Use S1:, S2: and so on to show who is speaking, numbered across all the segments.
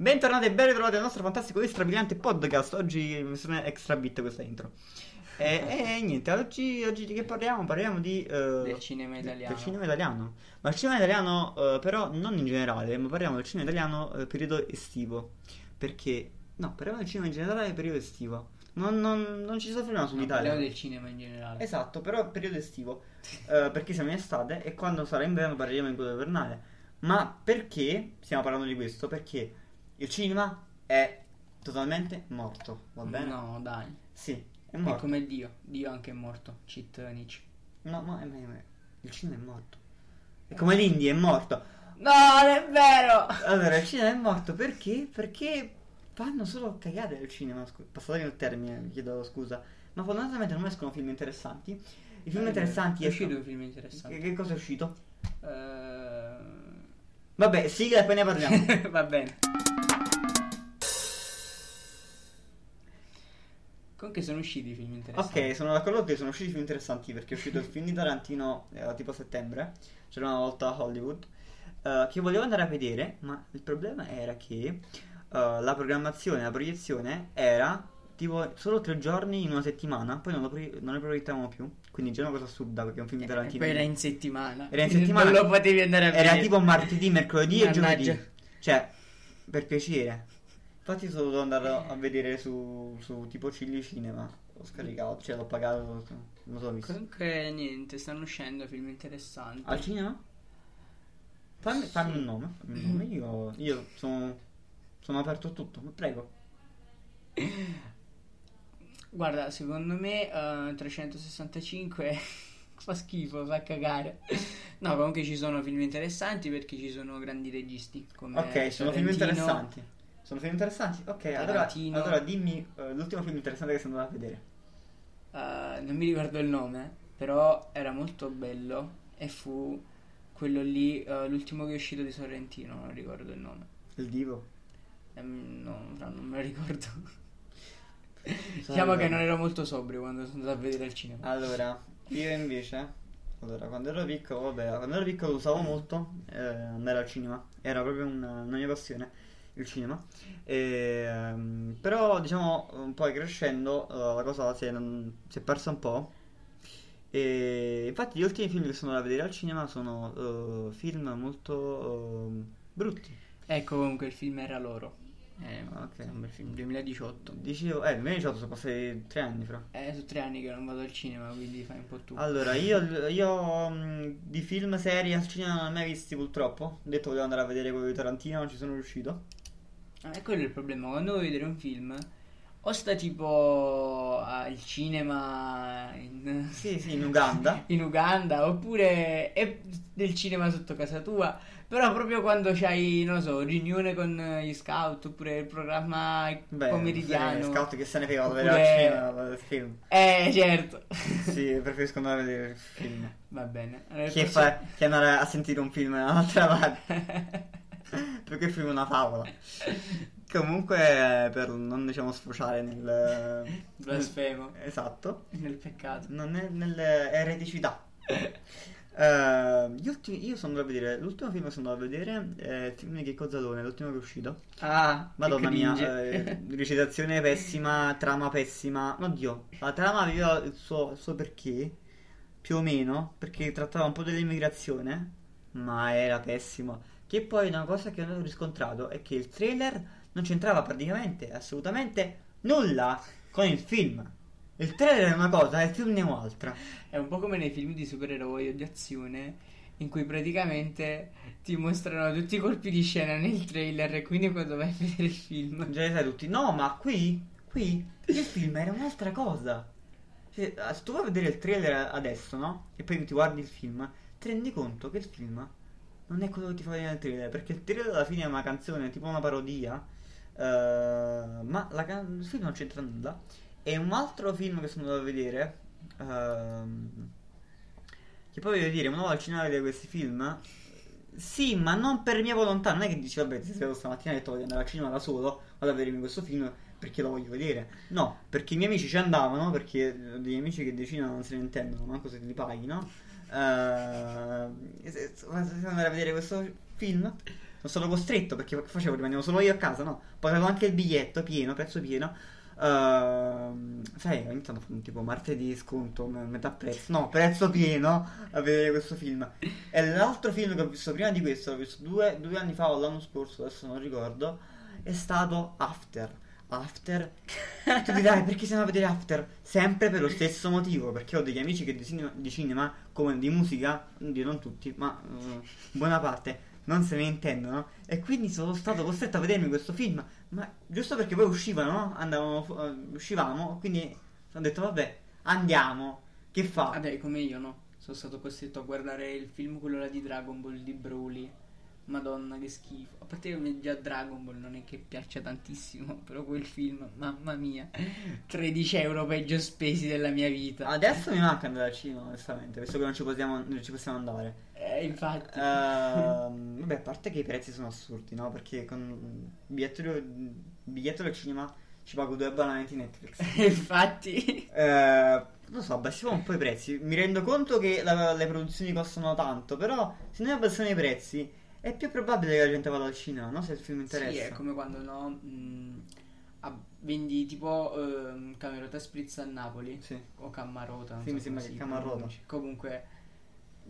S1: Bentornati e ben ritrovati al nostro fantastico e strabiliante podcast. Oggi sono extra bit questa intro. E, e niente, oggi, oggi di che parliamo? Parliamo di, eh,
S2: Del cinema
S1: di-
S2: italiano.
S1: Del cinema italiano. Ma il cinema italiano, eh, però, non in generale, ma parliamo del cinema italiano eh, periodo estivo. Perché, no, parliamo del cinema in generale periodo estivo. Non, non- non ci soffermiamo
S2: No,
S1: sull'Italia.
S2: parliamo del cinema in generale.
S1: Esatto, però periodo estivo. Eh, perché siamo in estate e quando sarà inverno parleremo in quello invernale. Ma perché stiamo parlando di questo? Perché il cinema è totalmente morto, va bene?
S2: Mm, No, dai.
S1: Sì, è
S2: È
S1: morto.
S2: come Dio. Dio anche è morto. Cheat Nietzsche.
S1: No, ma, ma- ma- il cinema è morto. È come l'indie, è morto.
S2: No, non è vero!
S1: Allora, il cinema è morto perché? Perché fanno solo cagate al cinema, scu- passatemi il termine, vi chiedo scusa. Ma fondamentalmente non escono film interessanti. I film interessanti
S2: Eh,
S1: eh.
S2: È uscito
S1: escono-
S2: un film
S1: Che,
S2: interessante.
S1: che cosa è uscito?
S2: Eh,
S1: Vabbè, sigla e poi ne parliamo.
S2: Va bene. Comunque sono usciti i film interessanti.
S1: Ok, sono d'accordo con te, sono usciti film interessanti perché è uscito il film di Tarantino eh, tipo a settembre, c'era una volta a Hollywood, eh, che volevo andare a vedere, ma il problema era che eh, la programmazione, la proiezione era tipo solo tre giorni in una settimana, poi non lo, proie- non lo proiettavamo più, quindi già è una cosa assurda perché è un film di
S2: E
S1: Tarantino.
S2: Eh, poi era in settimana.
S1: Era in settimana.
S2: Non lo potevi andare a
S1: Era
S2: vedere.
S1: tipo martedì, mercoledì e
S2: Mannaggia.
S1: giovedì. Cioè, per piacere. Infatti sono dovuto andare a vedere su, su tipo Chili Cinema. L'ho scaricato, cioè l'ho pagato, non so visto.
S2: Comunque niente, stanno uscendo film interessanti.
S1: Al cinema? Fammi, fammi un nome. fammi un nome. Io, io sono, sono aperto a tutto, ma prego.
S2: Guarda, secondo me eh, 365 fa schifo, fa cagare. No, comunque ci sono film interessanti perché ci sono grandi registi come
S1: ok, sono film
S2: Sorrentino.
S1: interessanti. Sono film interessanti? Ok, allora,
S2: Tarantino.
S1: allora dimmi eh, l'ultimo film interessante che sono andato a vedere.
S2: Eh, non mi ricordo il nome, però era molto bello e fu quello lì, eh, l'ultimo che è uscito di Sorrentino, non ricordo il nome.
S1: Il Divo.
S2: Ehm, no, fra, non me lo ricordo.
S1: Salve.
S2: diciamo che non ero molto sobrio quando sono andato a vedere al cinema.
S1: Ah. Allora, io invece, allora, quando ero piccolo, vabbè, quando ero piccolo usavo molto eh, andare al cinema, era proprio una, una mia passione, il cinema. E, ehm, però, diciamo, un po' crescendo, eh, la cosa si è, non- si è persa un po'. E infatti gli ultimi film che sono da vedere al cinema sono eh, film molto eh, brutti.
S2: Ecco, comunque il film era loro. Eh,
S1: Ok.
S2: un bel film, 2018.
S1: Dicevo, eh, nel 2018 sono passati tre anni fra.
S2: È su Eh, tre anni che non vado al cinema, quindi fai un po' tu.
S1: Allora, io, io, mh, di film serie al cinema non ne ho mai visti purtroppo. Ho detto volevo andare a vedere quello di Tarantino, non ci sono riuscito.
S2: Ah, è quello il problema, quando vuoi vedere un film, o sta tipo al cinema in,
S1: Sì, sì, in Uganda.
S2: in Uganda, oppure è del cinema sotto casa tua, però proprio quando c'hai, non lo so, riunione con eh, gli scout, oppure il programma
S1: Beh,
S2: pomeridiano.
S1: sai, Scout che se ne frega vado a vedere
S2: Oppure-
S1: al cinema, vado al film.
S2: Eh, certo.
S1: Sì, preferisco andare a vedere il film.
S2: Va bene. Allora, il
S1: Che,
S2: prossimo-
S1: fa- che andare a sentire un film dall'altra parte. Perché il film è una favola. Comunque, per non diciamo sfociare nel...
S2: Blasfemo.
S1: Esatto.
S2: Nel peccato.
S1: Non è nell'ereticità. Eh, gli ultimi- io sono andato a vedere l'ultimo film che sono andato a vedere è il film di Checco Zalone, l'ultimo che è uscito.
S2: Ah, che
S1: Madonna mia,
S2: cringe.
S1: eh, recitazione pessima, trama pessima. Oddio, la trama aveva il suo, il suo perché, più o meno, perché trattava un po' dell'immigrazione, ma era pessimo. Che poi una cosa che ho riscontrato è che il trailer non c'entrava praticamente, assolutamente nulla con il film. Il trailer è una cosa, il film ne è un'altra.
S2: È un po' come nei film di supereroi o di azione in cui praticamente ti mostrano tutti i colpi di scena nel trailer e quindi quando vai a vedere il film
S1: Già li sai tutti. No, ma qui, qui, il film era un'altra cosa. Cioè, se tu vai a vedere il trailer adesso, no? E poi ti guardi il film, ti rendi conto che il film non è quello che ti fa vedere nel trailer. Perché il trailer alla fine è una canzone, tipo una parodia. eh, ma la can- il film non c'entra nulla. E un altro film che sono andato a vedere. ehm, che poi voglio dire, ma no, al cinema a vedere questi film. Sì, ma non per mia volontà. Non è che dici, vabbè, ti sveglio stamattina e ho detto voglio andare al cinema da solo, vado a vedermi questo film perché lo voglio vedere. No, perché i miei amici ci andavano, perché ho degli amici che decina non se ne intendono, manco se li Ehm, paghi, no? Eh, se- se- se- se andare a vedere questo film Sono stato costretto perché che facevo? Rimanevo solo io a casa, no? Pagavo anche il biglietto pieno, prezzo pieno. Ehm, sai, ogni tanto fanno tipo martedì sconto, me- metà prezzo, no, prezzo pieno a vedere questo film. E l'altro film che ho visto prima di questo, l'ho visto due, due anni fa o l'anno scorso, adesso non ricordo, è stato After. After tu ti dai perché stiamo a vedere After? Sempre per lo stesso motivo, perché ho degli amici che di cinema, di cinema, come di musica, oddio, non tutti, ma eh, buona parte, non se ne intendono. E quindi sono stato costretto a vedermi questo film, ma giusto perché poi uscivano, no? Andavamo, fu- eh, uscivamo, quindi ho detto vabbè, andiamo, che fa?
S2: Vabbè, "Ah, come io no. Sono stato costretto a guardare il film quello là di Dragon Ball di Broly. Madonna, che schifo. A parte che a me già Dragon Ball non è che piaccia tantissimo, però quel film, mamma mia, 13 euro peggio spesi della mia vita.
S1: Adesso mi manca andare al cinema, onestamente, visto che non ci possiamo, non ci possiamo andare.
S2: Eh, infatti.
S1: Ehm, vabbè, a parte che i prezzi sono assurdi, no? Perché con un biglietto, biglietto del cinema ci pago due abbonamenti Netflix.
S2: infatti.
S1: Ehm, non so, abbassiamo un po' i prezzi. Mi rendo conto che la- le produzioni costano tanto, però se noi abbassiamo i prezzi è più probabile che la gente vada al cinema, no? Se il film interessa.
S2: Sì, è come quando no. mh, a- vendi tipo ehm, Camerota Spritz a Napoli.
S1: Sì.
S2: o Cammarota. non
S1: Sì, mi sembra
S2: come
S1: che
S2: si
S1: Cammarota.
S2: pronunci. Comunque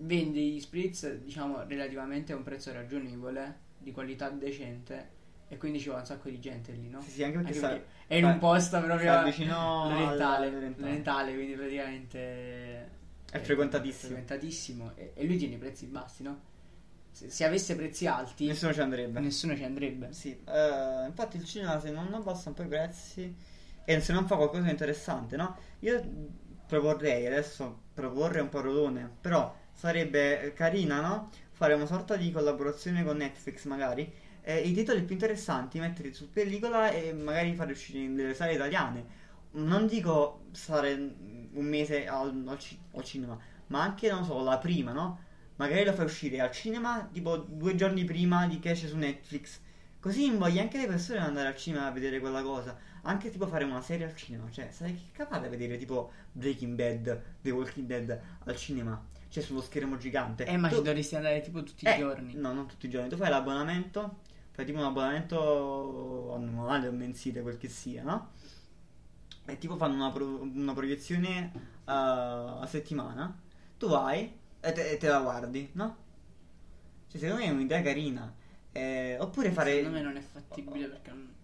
S2: vende gli spritz, diciamo, relativamente a un prezzo ragionevole, di qualità decente e quindi ci va un sacco di gente lì, no?
S1: Sì, sì, anche perché
S2: Anche
S1: sta-
S2: perché è in un
S1: sta-
S2: posto proprio
S1: sta vicino alla-
S2: l'orientale,
S1: all'Orientale.
S2: l'orientale, quindi praticamente
S1: È frequentatissimo.
S2: frequentatissimo. e, e lui tiene i prezzi bassi, no? Se, se avesse prezzi alti, nessuno,
S1: Nessuno ci andrebbe.
S2: ci andrebbe.
S1: Sì, eh, infatti il cinema se non abbassa un po' i prezzi e se non fa qualcosa di interessante, no? Io proporrei, adesso proporre è un po' rodone, però sarebbe carina, no? Fare una sorta di collaborazione con Netflix magari, eh, i titoli più interessanti metterli su pellicola e magari farli uscire in delle sale italiane. Non dico stare un mese al, al ci- al cinema, ma anche, non so, la prima, no? Magari la fai uscire al cinema tipo due giorni prima di che esce su Netflix. Così invogli anche le persone ad andare al cinema a vedere quella cosa. Anche tipo fare una serie al cinema. Cioè, sarei che capace a vedere tipo Breaking Bad, The Walking Dead al cinema. Cioè, sullo schermo gigante.
S2: Eh, ma
S1: Tu-
S2: ci dovresti andare tipo tutti i
S1: eh,
S2: giorni.
S1: No, non tutti i giorni. Tu fai l'abbonamento, fai tipo un abbonamento annuale o mensile, quel che sia, no? E tipo fanno una, pro- una proiezione eh, a settimana. Tu vai e te, e te la guardi, no? Cioè, secondo me è un'idea carina. Eh, oppure fare.
S2: Secondo me non è fattibile perché. non-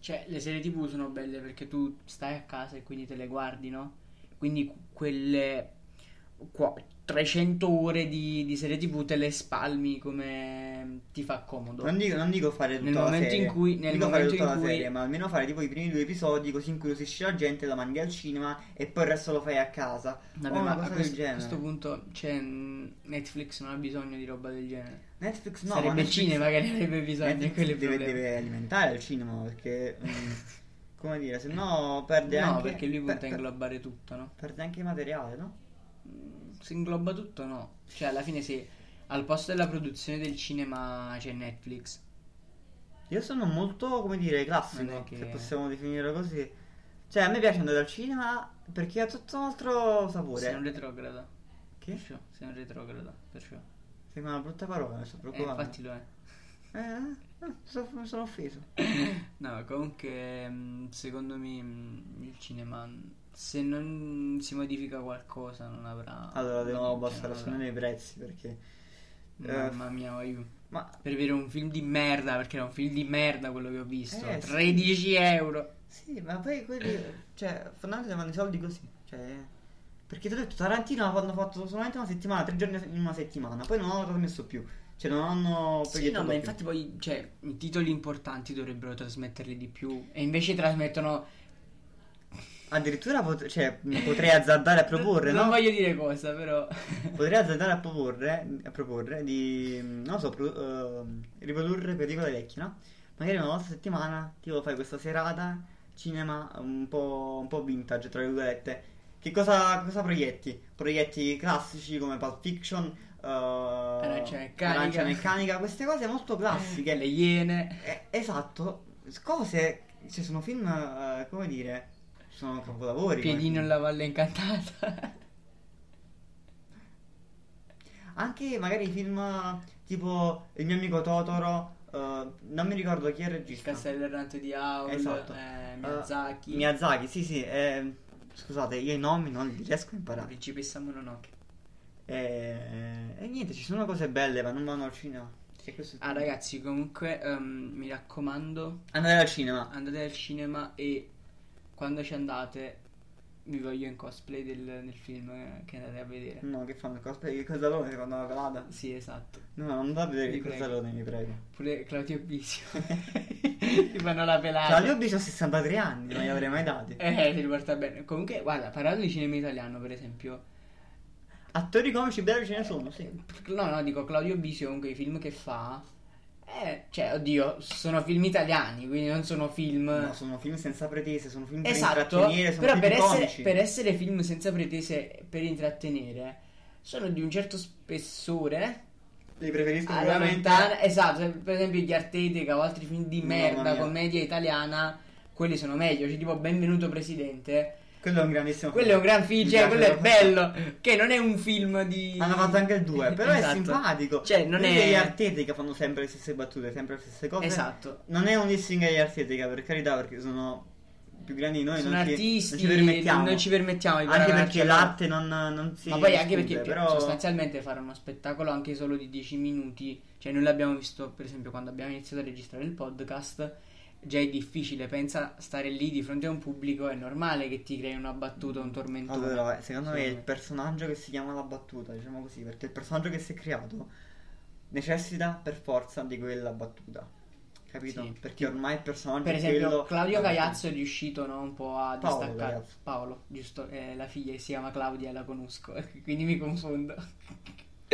S2: Cioè, le serie TV sono belle perché tu stai a casa e quindi te le guardi, no? Quindi qu- quelle qua- 300 ore di, di serie TV te le spalmi come ti fa comodo.
S1: Non dico, non dico fare tutta
S2: Nel
S1: la
S2: momento
S1: serie.
S2: in cui- nel
S1: dico fare
S2: momento
S1: tutta
S2: in
S1: la
S2: cui-
S1: serie, ma almeno fare tipo i primi due episodi così incuriosisci la gente, la mandi al cinema e poi il resto lo fai a casa.
S2: Vabbè,
S1: o
S2: ma
S1: una
S2: a
S1: cosa del
S2: questo,
S1: genere.
S2: a questo punto cioè, mh, Netflix non ha bisogno di roba del genere.
S1: Netflix no,
S2: Sarebbe
S1: ma
S2: il
S1: Netflix-
S2: cinema che ne avrebbe bisogno.
S1: Netflix
S2: quello Esatto, è il
S1: deve,
S2: problema.
S1: deve alimentare il cinema perché mm, come dire, se no perde
S2: No,
S1: anche
S2: perché lui
S1: per-
S2: punta a
S1: per-
S2: inglobare tutto, no?
S1: perde anche materiale, no?
S2: si ingloba tutto no cioè alla fine se al posto della produzione del cinema c'è Netflix
S1: Io sono molto, come dire,
S2: Non
S1: classico,
S2: è che-
S1: se possiamo definirlo così. Cioè, a me piace andare al cinema perché ha tutto un altro
S2: sei un
S1: sapore.
S2: retrograda
S1: Che?
S2: perciò sei un retrograda perciò
S1: Sembra una brutta parola, mi sto
S2: eh,
S1: preoccupando.
S2: infatti lo è
S1: Eh, eh, so- mi sono offeso.
S2: no comunque mh, secondo me mh, il cinema mh, se non si modifica qualcosa non avrà
S1: Allora, devo
S2: non
S1: abbassare
S2: avrà-
S1: assolutamente i prezzi perché... eh,
S2: cioè, mamma mia aiuto
S1: Ma
S2: per vedere un film di merda perché era un film di merda quello che ho visto
S1: Eh, sì.
S2: 13 euro
S1: Sì, ma poi quelli. Cioè, fondamentalmente fanno i soldi così. Cioè. Perché ti ho detto, Tarantino hanno fatto solamente una settimana, tre giorni in una settimana, poi non hanno trasmesso più. Cioè, non hanno
S2: Sì,
S1: proiettato
S2: no, ma
S1: più.
S2: infatti poi, cioè, i titoli importanti dovrebbero trasmetterli di più e invece trasmettono...
S1: Addirittura pot- cioè, potrei azzardare a proporre,
S2: Non
S1: no?
S2: voglio dire cosa, però...
S1: Potrei azzardare a proporre, a proporre di. Non lo so, pro- ehm, riprodurre pellicole vecchie, no? Magari una volta a settimana, tipo, fai questa serata cinema un po', un po' vintage, tra virgolette. Che cosa, cosa proietti? Proietti classici come Pulp Fiction, eh,
S2: Arancia Meccanica.
S1: Arancia Meccanica, queste cose molto classiche.
S2: Le Iene...
S1: Eh, esatto, cose. Cioè, sono film, eh, come dire, sono capolavori. come
S2: Piedino
S1: film.
S2: alla Valle Incantata...
S1: Anche magari i film tipo Il mio amico Totoro, eh, non mi ricordo chi è il
S2: Il
S1: regista.
S2: castello errante di Howl,
S1: Esatto.
S2: eh,
S1: Eh,
S2: Miyazaki,
S1: Miyazaki, sì, sì. eh, scusate, io i nomi non li riesco a
S2: la
S1: imparare.
S2: principessa Mononoke.
S1: E, e niente, ci sono cose belle, ma non vanno al cinema. E questo è
S2: Ah
S1: tutto.
S2: ragazzi, comunque ehm, mi raccomando,
S1: Andare al cinema.
S2: andate al cinema e quando ci andate vi voglio in cosplay del, del film eh, che andate a vedere.
S1: No, che fanno? Cosplay di Cozzalone quando la calata.
S2: Sì, esatto.
S1: No, non va a vedere
S2: Vi
S1: il
S2: prego.
S1: Cozzalone, mi prego.
S2: Pure Claudio Bisio. Ti fanno la pelata.
S1: Cioè, io ho bisogno 63 anni, non li avrei mai dati.
S2: Ah, Eh, ti riporta bene. Comunque, guarda, parlando di cinema italiano, per esempio.
S1: Attori comici belli ce ne Eh, sono, sì.
S2: No, no, dico Claudio Bisio, comunque i film che fa. Eh, cioè, oddio, sono film italiani, quindi non sono film.
S1: No, sono film senza pretese, sono film per
S2: Esatto,
S1: intrattenere, sono
S2: però
S1: film
S2: per
S1: comici.
S2: essere, per essere film senza pretese per intrattenere, sono di un certo spessore.
S1: Li preferisco
S2: alla
S1: veramente.
S2: lontana- esatto, se- per esempio gli Artetica o altri film di
S1: Mamma
S2: merda,
S1: mia.
S2: commedia italiana, quelli sono meglio, cioè tipo Benvenuto Presidente,
S1: Quello è un grandissimo
S2: quello è un gran film,
S1: Mi
S2: cioè
S1: piace
S2: quello è
S1: proprio.
S2: bello, che non è un film di...
S1: Hanno fatto anche il 2, però è
S2: Esatto.
S1: simpatico.
S2: Cioè, non
S1: Quelli
S2: è-
S1: degli arteti che fanno sempre le stesse battute, sempre le stesse cose.
S2: Esatto.
S1: Non è un dissing agli artetica, per carità, perché sono più grandi di noi,
S2: Sono
S1: non, ci-
S2: artisti,
S1: non ci permettiamo.
S2: non ci permettiamo di
S1: anche
S2: paragonarci
S1: perché
S2: a loro.
S1: l'arte non, non si.
S2: Ma poi anche
S1: discute,
S2: perché cioè,
S1: però...
S2: sostanzialmente fare uno spettacolo anche solo di 10 minuti, cioè noi l'abbiamo visto per esempio quando abbiamo iniziato a registrare il podcast, già è difficile, pensa stare lì di fronte a un pubblico, è normale che ti crei una battuta, un tormentone.
S1: Allora, secondo me
S2: Secondo
S1: il
S2: me.
S1: personaggio che si chiama la battuta, diciamo così, perché il personaggio che si è creato necessita per forza di quella battuta. Capito?
S2: Sì.
S1: Perché ormai il personaggio
S2: Per
S1: è
S2: esempio
S1: quello-
S2: Claudio
S1: Ah,
S2: Cagliazzo è riuscito no, un po' a
S1: Paolo
S2: distaccare
S1: Cagliazzo.
S2: Paolo, giusto, eh, la figlia si chiama Claudia, la conosco, quindi mi confondo.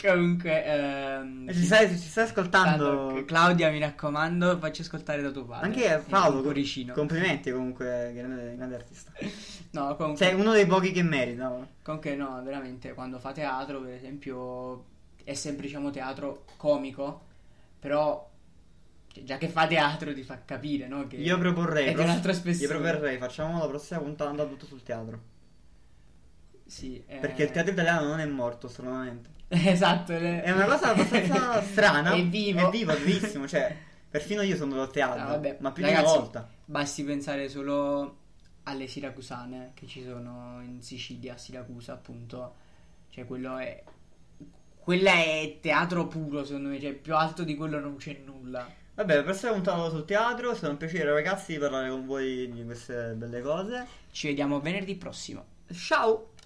S2: Comunque, ehm,
S1: E Eh, ci stai, ci stai ascoltando.
S2: Tanto, Claudia, mi raccomando, facci ascoltare da tuo padre.
S1: Anche
S2: Sì,
S1: Paolo,
S2: un Coricino.
S1: complimenti comunque, grande, grande artista.
S2: No, comunque,
S1: Sei uno dei pochi che merita.
S2: comunque no, veramente, quando fa teatro, per esempio, è sempre, diciamo, teatro comico, però cioè, già che fa teatro ti fa capire, no? Che
S1: Io proporrei,
S2: È di un altro
S1: io
S2: spessore.
S1: proporrei, facciamo la prossima puntata tutto sul teatro.
S2: Sì, eh,
S1: Perché il teatro italiano non è morto stranamente.
S2: Esatto. le-
S1: È una cosa abbastanza strana.
S2: È vivo.
S1: È vivo, è vivissimo. Cioè, perfino io sono andato al teatro.
S2: Ah, vabbè.
S1: Ma più di
S2: Ragazzi,
S1: una volta.
S2: Basti pensare solo alle siracusane che ci sono in Sicilia, a Siracusa, appunto. Cioè, quello è. Quella è teatro puro, secondo me. Cioè, più alto di quello non c'è nulla.
S1: Vabbè, per essere puntata sul teatro, è stato un piacere ragazzi parlare con voi di queste belle cose.
S2: Ci vediamo venerdì prossimo.
S1: Ciao!